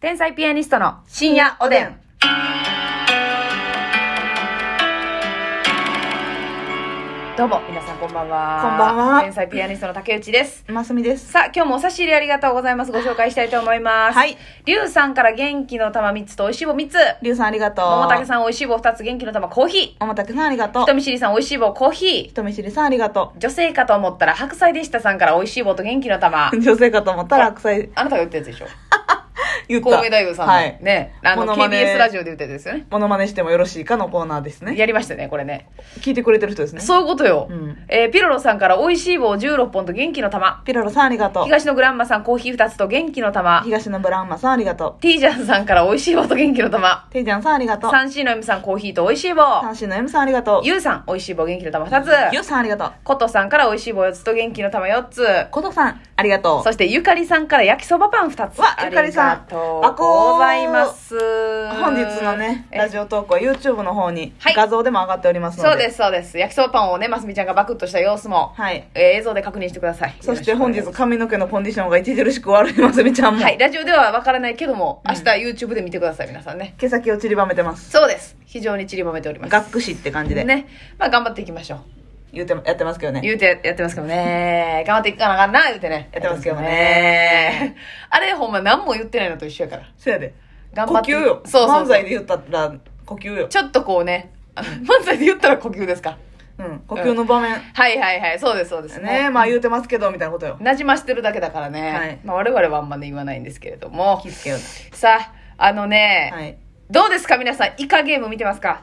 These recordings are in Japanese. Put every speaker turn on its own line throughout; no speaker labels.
天才ピアニストの深夜おでん。どうも、皆さんこんばんは。
こんばんは
天才ピアニストの竹内です。
ますみです。
さあ、今日もお差し入れありがとうございます。ご紹介したいと思います。
はい。
りゅうさんから元気の玉3つと美味しい棒3つ。
りゅうさんありがとう。
桃竹さん美味しい棒2つ、元気の玉コーヒー。
ん。桃竹さんありがとう。
人見知りさん美味しい棒コーヒー。
人見知りさんありがと
女性かと思ったら白菜でしたさんから美味しい棒と元気の玉
う。。女性かと思ったら白菜
あなたが言ったやつでしょ
言った。
神戸大悟さんの、
はい。
ね、あの
モノマネ
KBS ラジオで言ったやつですよね。
モノマネしてもよろしいかのコーナーですね。
やりましたね、これね。
聞いてくれてる人ですね。
そういうことよ。
うん
えーピロロさんから美味しい棒16本と元気の玉。
ピロロさんありがとう。
東のグランマさんコーヒー2つと元気の玉。
東のブラウンマさんありがと
T ジャンさんから美味しい棒と元気の玉。
う。ていちゃんさんありがとう。
サンシーの M さんコーヒーと美味しい棒。
三振の M さんありがとう。
ゆうさん、美味しい棒元気の玉
ゆ
2つ。
うさんありがとう。
コトさんから美味しい棒4つと元気の玉4つ。
ことさんありがと
そしてゆかりさんから焼きそばパン2つ。
わゆかりさん
ありがとうございます。
う。本日のね、ラジ
オ。
オトークは YouTube の方に
はい
画像でも上がっておりますので。
そうです、そうです。焼きそばパンをね、ますみちゃんがバクッとした様子も、
はい。
えー映像で確認してください。
そして本日
よろくお願いし
髪の毛のコンディションが著しく悪いますみちゃん
ま
も。
すはい、ラジオではわからないけども、明日 YouTube で見てください、皆さんね。
毛先を散りばめてます。
そうです。非常に散りばめております。
学士って感じで。
ね。まあ、頑張っていきましょう。
言うてもやってますけどね
言うてやってますけど ね。頑張っていかなあかんな、言うてね。
やってますけど
やってますけど
ね
ね。あれ、ほんま何も言ってないのと一緒やから。
そやで
頑張って
呼吸よ
そうそうそう
漫才で言ったら呼吸よ
ちょっとこうね、 あ漫才で言ったら呼吸ですか。
うん呼吸の場面、
はいはいはい、そうですそうです
ね
ね。
まあ言うてますけどみたいなことよ
なじましてるだけだからね。
はい
まあ我々はあんまね言わないんですけれども
気。付けよ
さあ、あのね、
なはい
どうですか皆さん、イカゲーム見てますか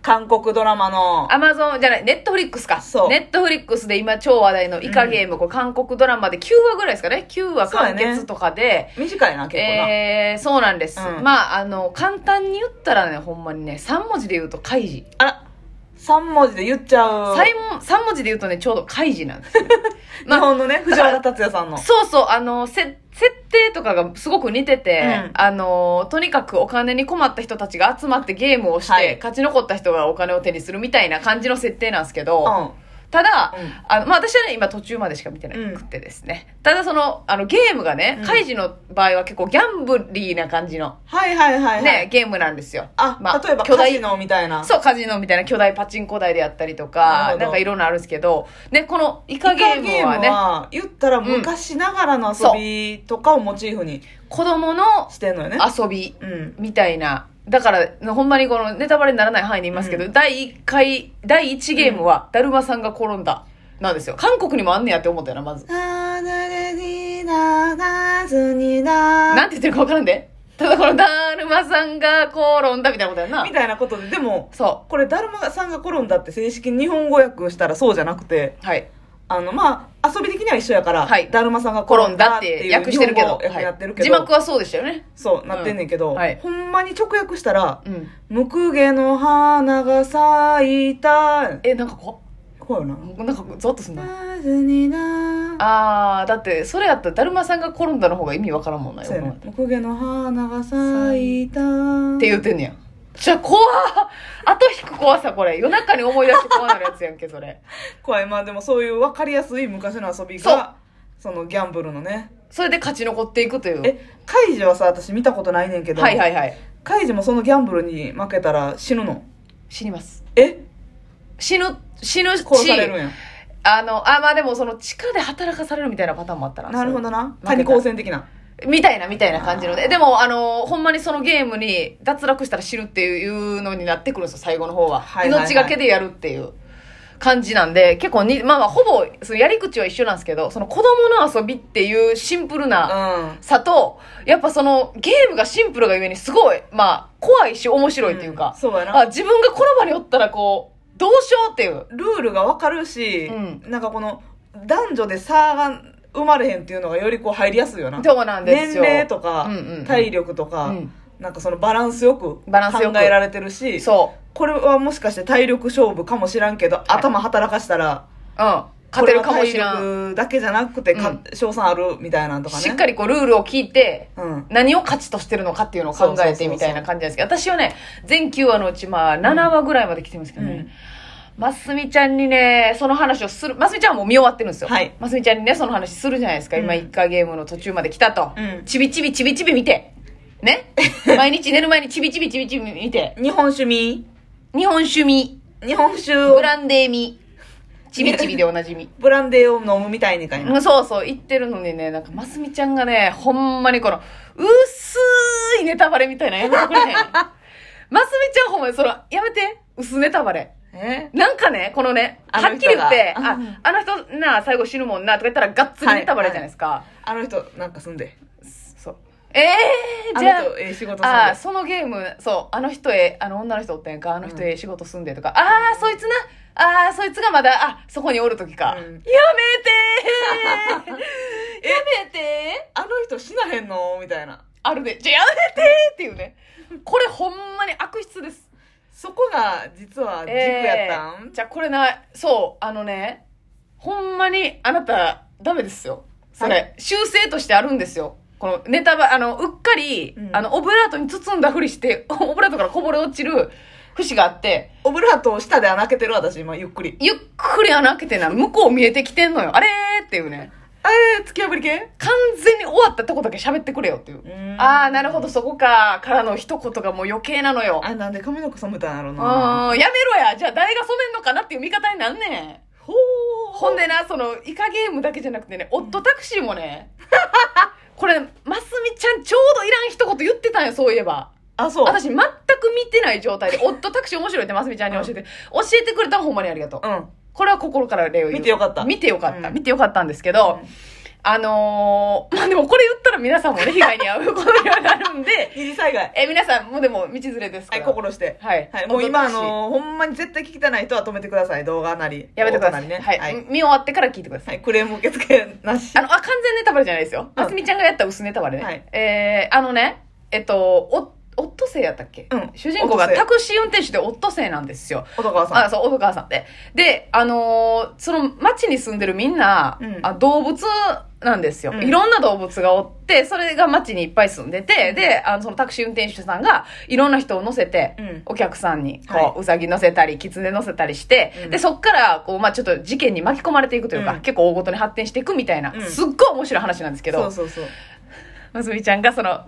韓国ドラマの
アマゾンじゃない、ネットフリックスか。
そう
ネットフリックスで今超話題のイカゲーム、こう韓国ドラマで9話ぐらいですかね。9話完
そうや
結
ね
とかで、
短いな結構な、
えー、そうなんです、
うん
まああの簡単に言ったらねほんまにね3文字で言うと開示
あら3文字で言っちゃう、
3, 三文字で言うとねちょうど開示なんです よ、ま
日
あ、
本のね藤原竜也さんの
そうそうあのせ設定とかがすごく似てて、
うん
あのとにかくお金に困った人たちが集まってゲームをして、
はい
勝ち残った人がお金を手にするみたいな感じの設定なんですけど、
うん
ただ、
うん
あのまあ、私はね今途中までしか見てなくてですね、ただそのあのゲームがね
うん
開示の場合は結構ギャンブリーな感じの
はいはいはいはい、
ね、ゲームなんですよ。
あ、
まあ
例えば
巨
カ
大
ジノみたいな
そう、カジノみたいな巨大パチンコ台であったりと
なる
か、
ほど
なんかいろんなあるんですけど、ね、このイ
イ
カ
カ
ゲ
ゲ
ーム
ーム
はね、
は言ったら昔ながらの遊びとかをモチーフに
子供の
してんのよね
遊び
うん
みたいな、だから、ほんまにこのネタバレにならない範囲で言いますけど、
う
第1回、第1ゲームは、だるまさんが転んだ、なんですよ。韓国にもあんねやって思ったよな、まず。
なれにならずにな
なんて言ってるかわからんで。ただこのだるまさんが転んだみたいなことやんな
み。たいなことで、でも、
そ
これ、だるまさんが転んだって正式に日本語訳したらそうじゃなくて、
う。はい。
あの、まあ、遊び的には一緒やから、
はい
だるまさんが
転
転
ん
ん
だ
だ
っ
ってていう
訳してるけど、
日本語
はい
やってるけど、
字幕はそうでしたよね。
そう、なってんねんけ
う
ど、
んはい
ほんまに直訳したら、
うん。
ムクゲの花が咲いた、
え、なんかこ
こうよな。
なんかゾッとすんな。
なずにな
あー、だって、それやったら、だるまさんが転んだの方が意味わからんもんなよ。
そうやね
っ。
ムクゲの花が咲いた。って
言うてんねや。じゃあ、怖っ後引く怖さ、これ。夜中に思い出して怖なるやつやんけ、それ。
怖いまあでもそういう分かりやすい昔の遊びがそのギャンブルのね
それで勝ち残っていくという。
えカイジはさ私見たことないねんけど、
はいはいはい。
カイジもそのギャンブルに負けたら死ぬの
死にます。
え
死ぬ、死ぬし、
殺されるんや
あの、あ、まあでも、その、地下で働かされるみたいなパターンもあったら。
なるほどな
負けた
谷光線的な
みたいな、みたいな感じので。でも、あの、ほんまにそのゲームに脱落したら死ぬっていうのになってくるんですよ、最後の方は。
はいはいはい
命がけでやるっていう感じなんで、結構に、まあまあ、ほぼ、そのやり口は一緒なんですけど、その子供の遊びっていうシンプル
う
なんさと、やっぱそのゲームがシンプルがゆえにすごい、まあ、怖いし面白いっていうか、
んそうや
あ
な
自分がこの場におったらこう、どうしようっていう。
ルールが分かるし、
う
なんかこの男女で差が生まれへんっていうのがよりこう入りやすいよな
そうなんです
年
よ。
齢とか、
うんうんうん
体力とか、
うん
なんかそのバランスよく考
バランスよく
えられてるし
そう。
これはもしかして体力勝負かもしらんけど、頭働かしたら
うん。勝てるかもしれ
これ
ん。
は体力だけじゃなくて、か
うん
賞賛あるみたいなんとかね
しっかりこう、ルールを聞いて、
うん
何を価値としてるのかっていうのを考えてみたいな感じなんですけど、私はね、全9話のうち、まあ、7話ぐらいまで来てるんですけどね、ますみちゃんにね、その話をする、ますみちゃんはもう見終わってるんですよ。
はい
ますみちゃんにね、その話するじゃないですか。今、
うん
一回ゲームの途中まで来たと。
うん
ちびちびちびちび見て、 ね毎日寝る前にちびちびちびちび見て、
日本酒見
日本酒見、
日本酒を
ブランデー見、ちびちびでおなじみ。
ブランデーを飲むみたいにかいな。
うんそうそう、言ってるのにね、なんか、ますみちゃんがね、ほんまにこの、薄いネタバレみたいなのやめてくれ へん。ますみちゃんほんまに、その、やめて、薄ネタバレ。
え
なんかね、このね、
あ
は
の
っき
人
り
が
言って、
う
あ
ん、
あの人な、最後死ぬもんな、とか言ったら、がっつりネタバレじゃないですか。
あの人、なんか住んで。
そう。えー、
あ
じゃあ
の、人、ええ仕事住ん
ああー
で。
そのゲームそうあの人へあの女の人おったやんかあの人へ仕事住んでとか、ああそいつなああそいつがまだあそこにおる時か、
う
や
ん
めてーやめてー
あの人死なへんのみたいな。
あるでじゃあやめてーっていうねこれほんまに悪質です
そこが、実は、軸やった
えー
ん
じゃあこれなそうあのねほんまにあなたダメですよそれ、
はい
修正としてあるんですよこのネタばあのうっかり、
うん
あのオブラートに包んだふりして オブラートからこぼれ落ちる節があって
オブラートを舌で穴開けてる私、今、ゆっくり。
ゆっくり穴開けてな向こう見えてきてんのよあれーっていうね
えー、突き破り系
完全に終わったとこだけ喋ってくれよっていう、ああなるほど。そこかからの一言がもう余計なのよ
あ、なんで髪の毛染めたんやろう
う
な。
ーんやめろやじゃあ誰が染めんのかなっていう見方になんねん
ほ
ほんでな、その、イカゲームだけじゃなくてね、オットタクシーもね、 これ、ますみちゃんちょうどいらん一言言ってたんよ、そういえば。
あ、そう。
私全く見てない状態 で、オットタクシー面白いってますみちゃんに教えて、教えてくれたのほんまにありがとう。
うん。
これは心から礼を言う。
見てよかった
見てよかった。
うん
見てよかったんですけど、
うん
あのーまあ、でもこれ言ったら皆さんもね、被害に遭うことにはなるん で、
二次災害。
え、皆さんもでも道連れですか
はい、
ら。
心して。
はい
はい、もう今、あ
オットタクシー
の、ほんまに絶対聞きたない人は止めてください。動画なり。
やめてくださ
音
い。
なりね。
はい、
はい。
見終わってから聞いてください。
はい、クレーム受付なし。
あの、あ、完全ネタバレじゃないですよ。
うん
ますみちゃんがやった薄ネタバレね。
はい
えー、あのね、えっと、お、オットセイやったっけ、
うん
主人公が
オットセイ
タクシー運転手でオットセイなんですよ。
小川さ
あ、
ん。
そう、お母さんで。で、あのーその町に住んでるみんな、
うん
あ動物なんですよ、
うん
いろんな動物がおって、それが町にいっぱい住んでて、
うん
で、あの、そのタクシー運転手さんが、いろんな人を乗せて、
うん
お客さんに、こう、
はいう
さぎ乗せたり、キツネ乗せたりして、
うん
で、そっから、こう、まあちょっと事件に巻き込まれていくというか、
うん
結構大ごとに発展していくみたいな、
うん
すっごい面白い話なんですけど、
そうそうそう。
まつみちゃんがその、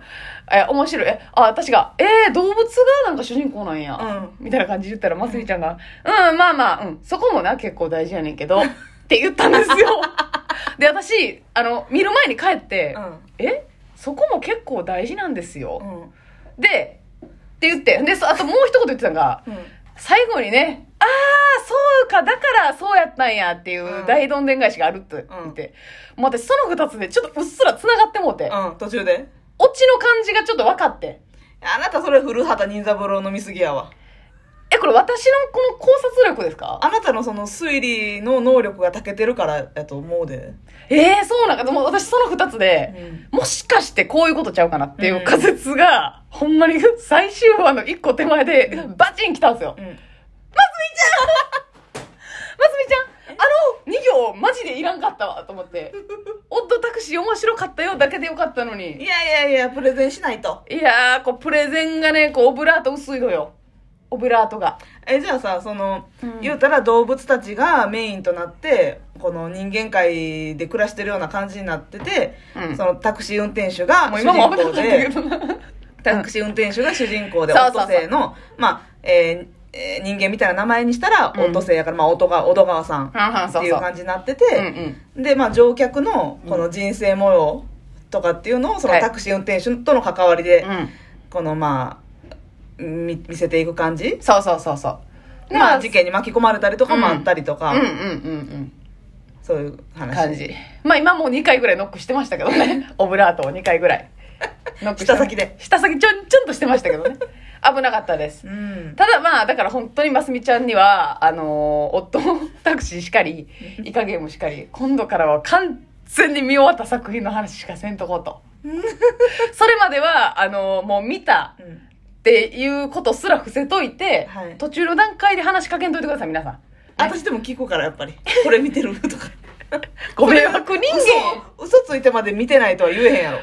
え、面白い。え、あ、私が、えー動物がなんか主人公なんや。
う
みたいな感じで言ったら、まつみちゃんが、うん、まあまあ、うん、そこもな、結構大事やねんけど、って言ったんです よ。で、私、あの、見る前に帰って、え、そこも結構大事なんです
う
よ。
ん。うん。
で、って言って、で、そあともう一言言ってたのが、
うん。
最後にね、ああ、そうか、だからそうやったんやっていう
うん
大どんでん返しがあるって言って、もう私その二つでちょっとうっすら繋がってもうて、
うん、途中で。
オチの感じがちょっと分かって。
あなたそれ古畑任三郎飲みすぎやわ。
え、これ私のこの考察力ですか
あなたのその推理の能力が長けてるからやと思うで。
えー、そうなんか、でも私その二つ
う
で、
ん。
もしかしてこういうことちゃうかなっていう
うん
仮説が、ほんまに最終話の一個手前で
うん
バチン来たんですよ。
うん。
ますみちゃん、あの2行マジでいらんかったわと思 って、オッドタクシー面白かったよだけでよかったのに
い。やいやいや、プレゼンしないと。
いやー、こう、プレゼンがね、こう、オブラート薄いのよ。オブラートが。
え、じゃあさ、その、
うん
言うたら動物たちがメインとなって、この人間界で暮らしてるような感じになってて、
うん
そのタクシー運転手が
もう
主
今
人
も危なか
公
ったけ
で、
どな。
タクシー運転手が主人公で、
うん
オットセイの、まあ、えーえー人間みたいな名前にしたら、オ
うん
ットセイやから、まあ、音が、小戸川さんっ
ああ、
て
そう
いう
そう。
感じになって
うんう
て、
ん。
で、まあ、乗客のこの人生模様とかっていうのを、その
はい
タクシー運転手との関わりで、
うん。
この、まあ、み見せていく感じ
そうそうそうそう。
まあ、
時
事件に巻き込まれたりとかもあったりとか、
間。うんうんうん
そうい
う
う
ん。
話。
感じ。まあ今もう2回ぐらいノックしてましたけど ね。オブラートを2回ぐらい。ノックして
下先で。
下先ちょんちょんとしてましたけ どね。危なかったです
う。ん。
ただまあ、だから本当にますみちゃんには、あのー夫、タクシーしかり、イカゲームしかり、今度からは完全に見終わった作品の話しかせんとこうと。それまでは、あのーもう見た
うん
っていうことすら伏せといて、
はい
途中の段階で話しかけんといてください、皆さん。
私でも聞くから、やっ ぱり。これ見てるとか。
ご迷惑人間
嘘嘘ついてまで見てないとは言え へんやろ。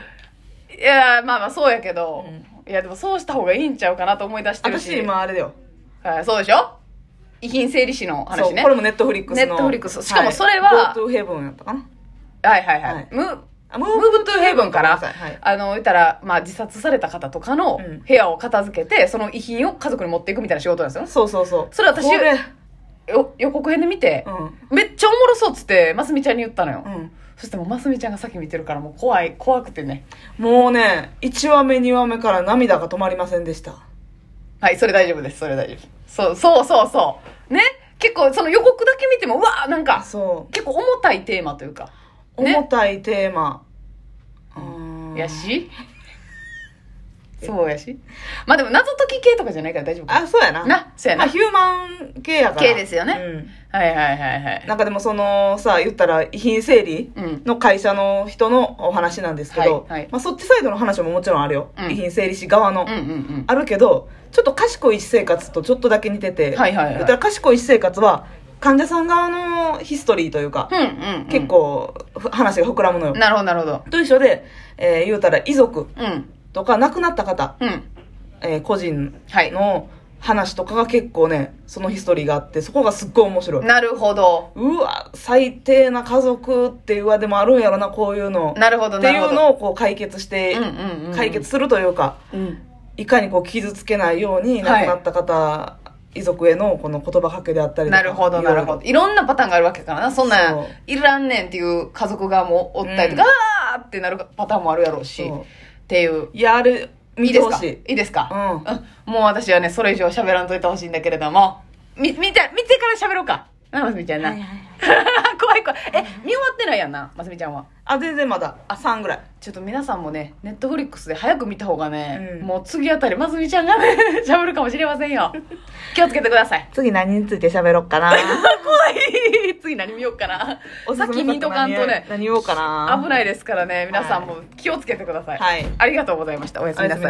いやー、まあまあそうやけど、
う
いやでもそうした方がいいんちゃうかなと思い出してるし。
私今あれだよ。
はいそうでしょ遺品整理士の
そ
話
う、
ね。
これもネットフリックスの。
Netflix しかもそれは
GoTo Heaven やったかな。
はいはいはい。
はい
む
あム
ム
ー
ーブトゥーヘイブンから、
はい
あの、言ったら、まあ、自殺された方とかの
うん
部屋を片付けて、その遺品を家族に持っていくみたいな仕事なんですよね。
そうそうそう
それ私
これ
よ予告編で見て
う、ん
めっちゃおもろそうっつって、ますみちゃんに言ったのよ。
うん
そしてもうますみちゃんが先見てるからもう怖い、怖くてね。
もうね1話目2話目から涙が止まりませんでした
はい、それ大丈夫です、それ大丈夫。そう、そうそうそう。ね結構その予告だけ見ても、うわーなんか、
そう
結構重たいテーマというか。ね
重たいテーマ、う
や しそうやし。まあでも謎解き系とかじゃないから大丈夫か。
あそうやな
なそうやな
まあ、ヒューマン系やから
系ですよねはいはいはいは
うん、
い。
なんかでもそのさ言ったら遺品整理
うん。
の会社の人のお話なんですけど、
はいはい
まあ、そっちサイドの話ももちろんあるよ、
うん
遺品整理士側
う
の、
んうんうん。
あるけどちょっと賢い私生活とちょっとだけ似てて、
はいはいはい
言ったら賢い私生活は患者さん側のヒストリーというか、
うんうん、うん。
結。構ふ話が膨らむのよ、
なるほどなるほど。
と一緒で、えー言うたら遺族
うん。
とか亡くなった方、
うん。
えー個人
はい。
の話とかが結構ねそのヒストリーがあってそこがすっごい面白い
なるほど。
うわ最低な家族っていうわでもあるんやろなこういうの
なるほど
って
なる
い
ほど。
うのをこう解決して、
うんうんうんうん
解決するというか
うん。
いかにこう傷つけないように亡
はい
くなった方、遺族へのこの言葉かけであったりとか
なるほどなるほど。いろんなパターンがあるわけからな。そんな、
そうん
いらんねんっていう家族側もおったりとか、
う
あーってなるパターンもあるやろうし、
いろいろ
っ
そ
ていう。
ういやあれ
い
見
いです
てほ
か
しい
いいですか
うん
うんもう私はね、それ以上喋らんといてほしいんだけれども。み、見て、見てから喋ろうか。な、ますみちゃんな。 怖い怖い。え、見終わってないやんな、ますみちゃんは。
あ全然まだあ3ぐらい
ちょっと皆さんもね、ネットフリックスで早く見た方がね、
うん
もう次あたり、ますみちゃんがね、 喋るかもしれません よ。気をつけてください。
次何について喋ろっか な
怖い。次何見ようかな。さっき見とかんとね、
何言おうかな
危ないですからね、皆さんも気をつけてください。
はい
ありがとうございました。おやすみなさい。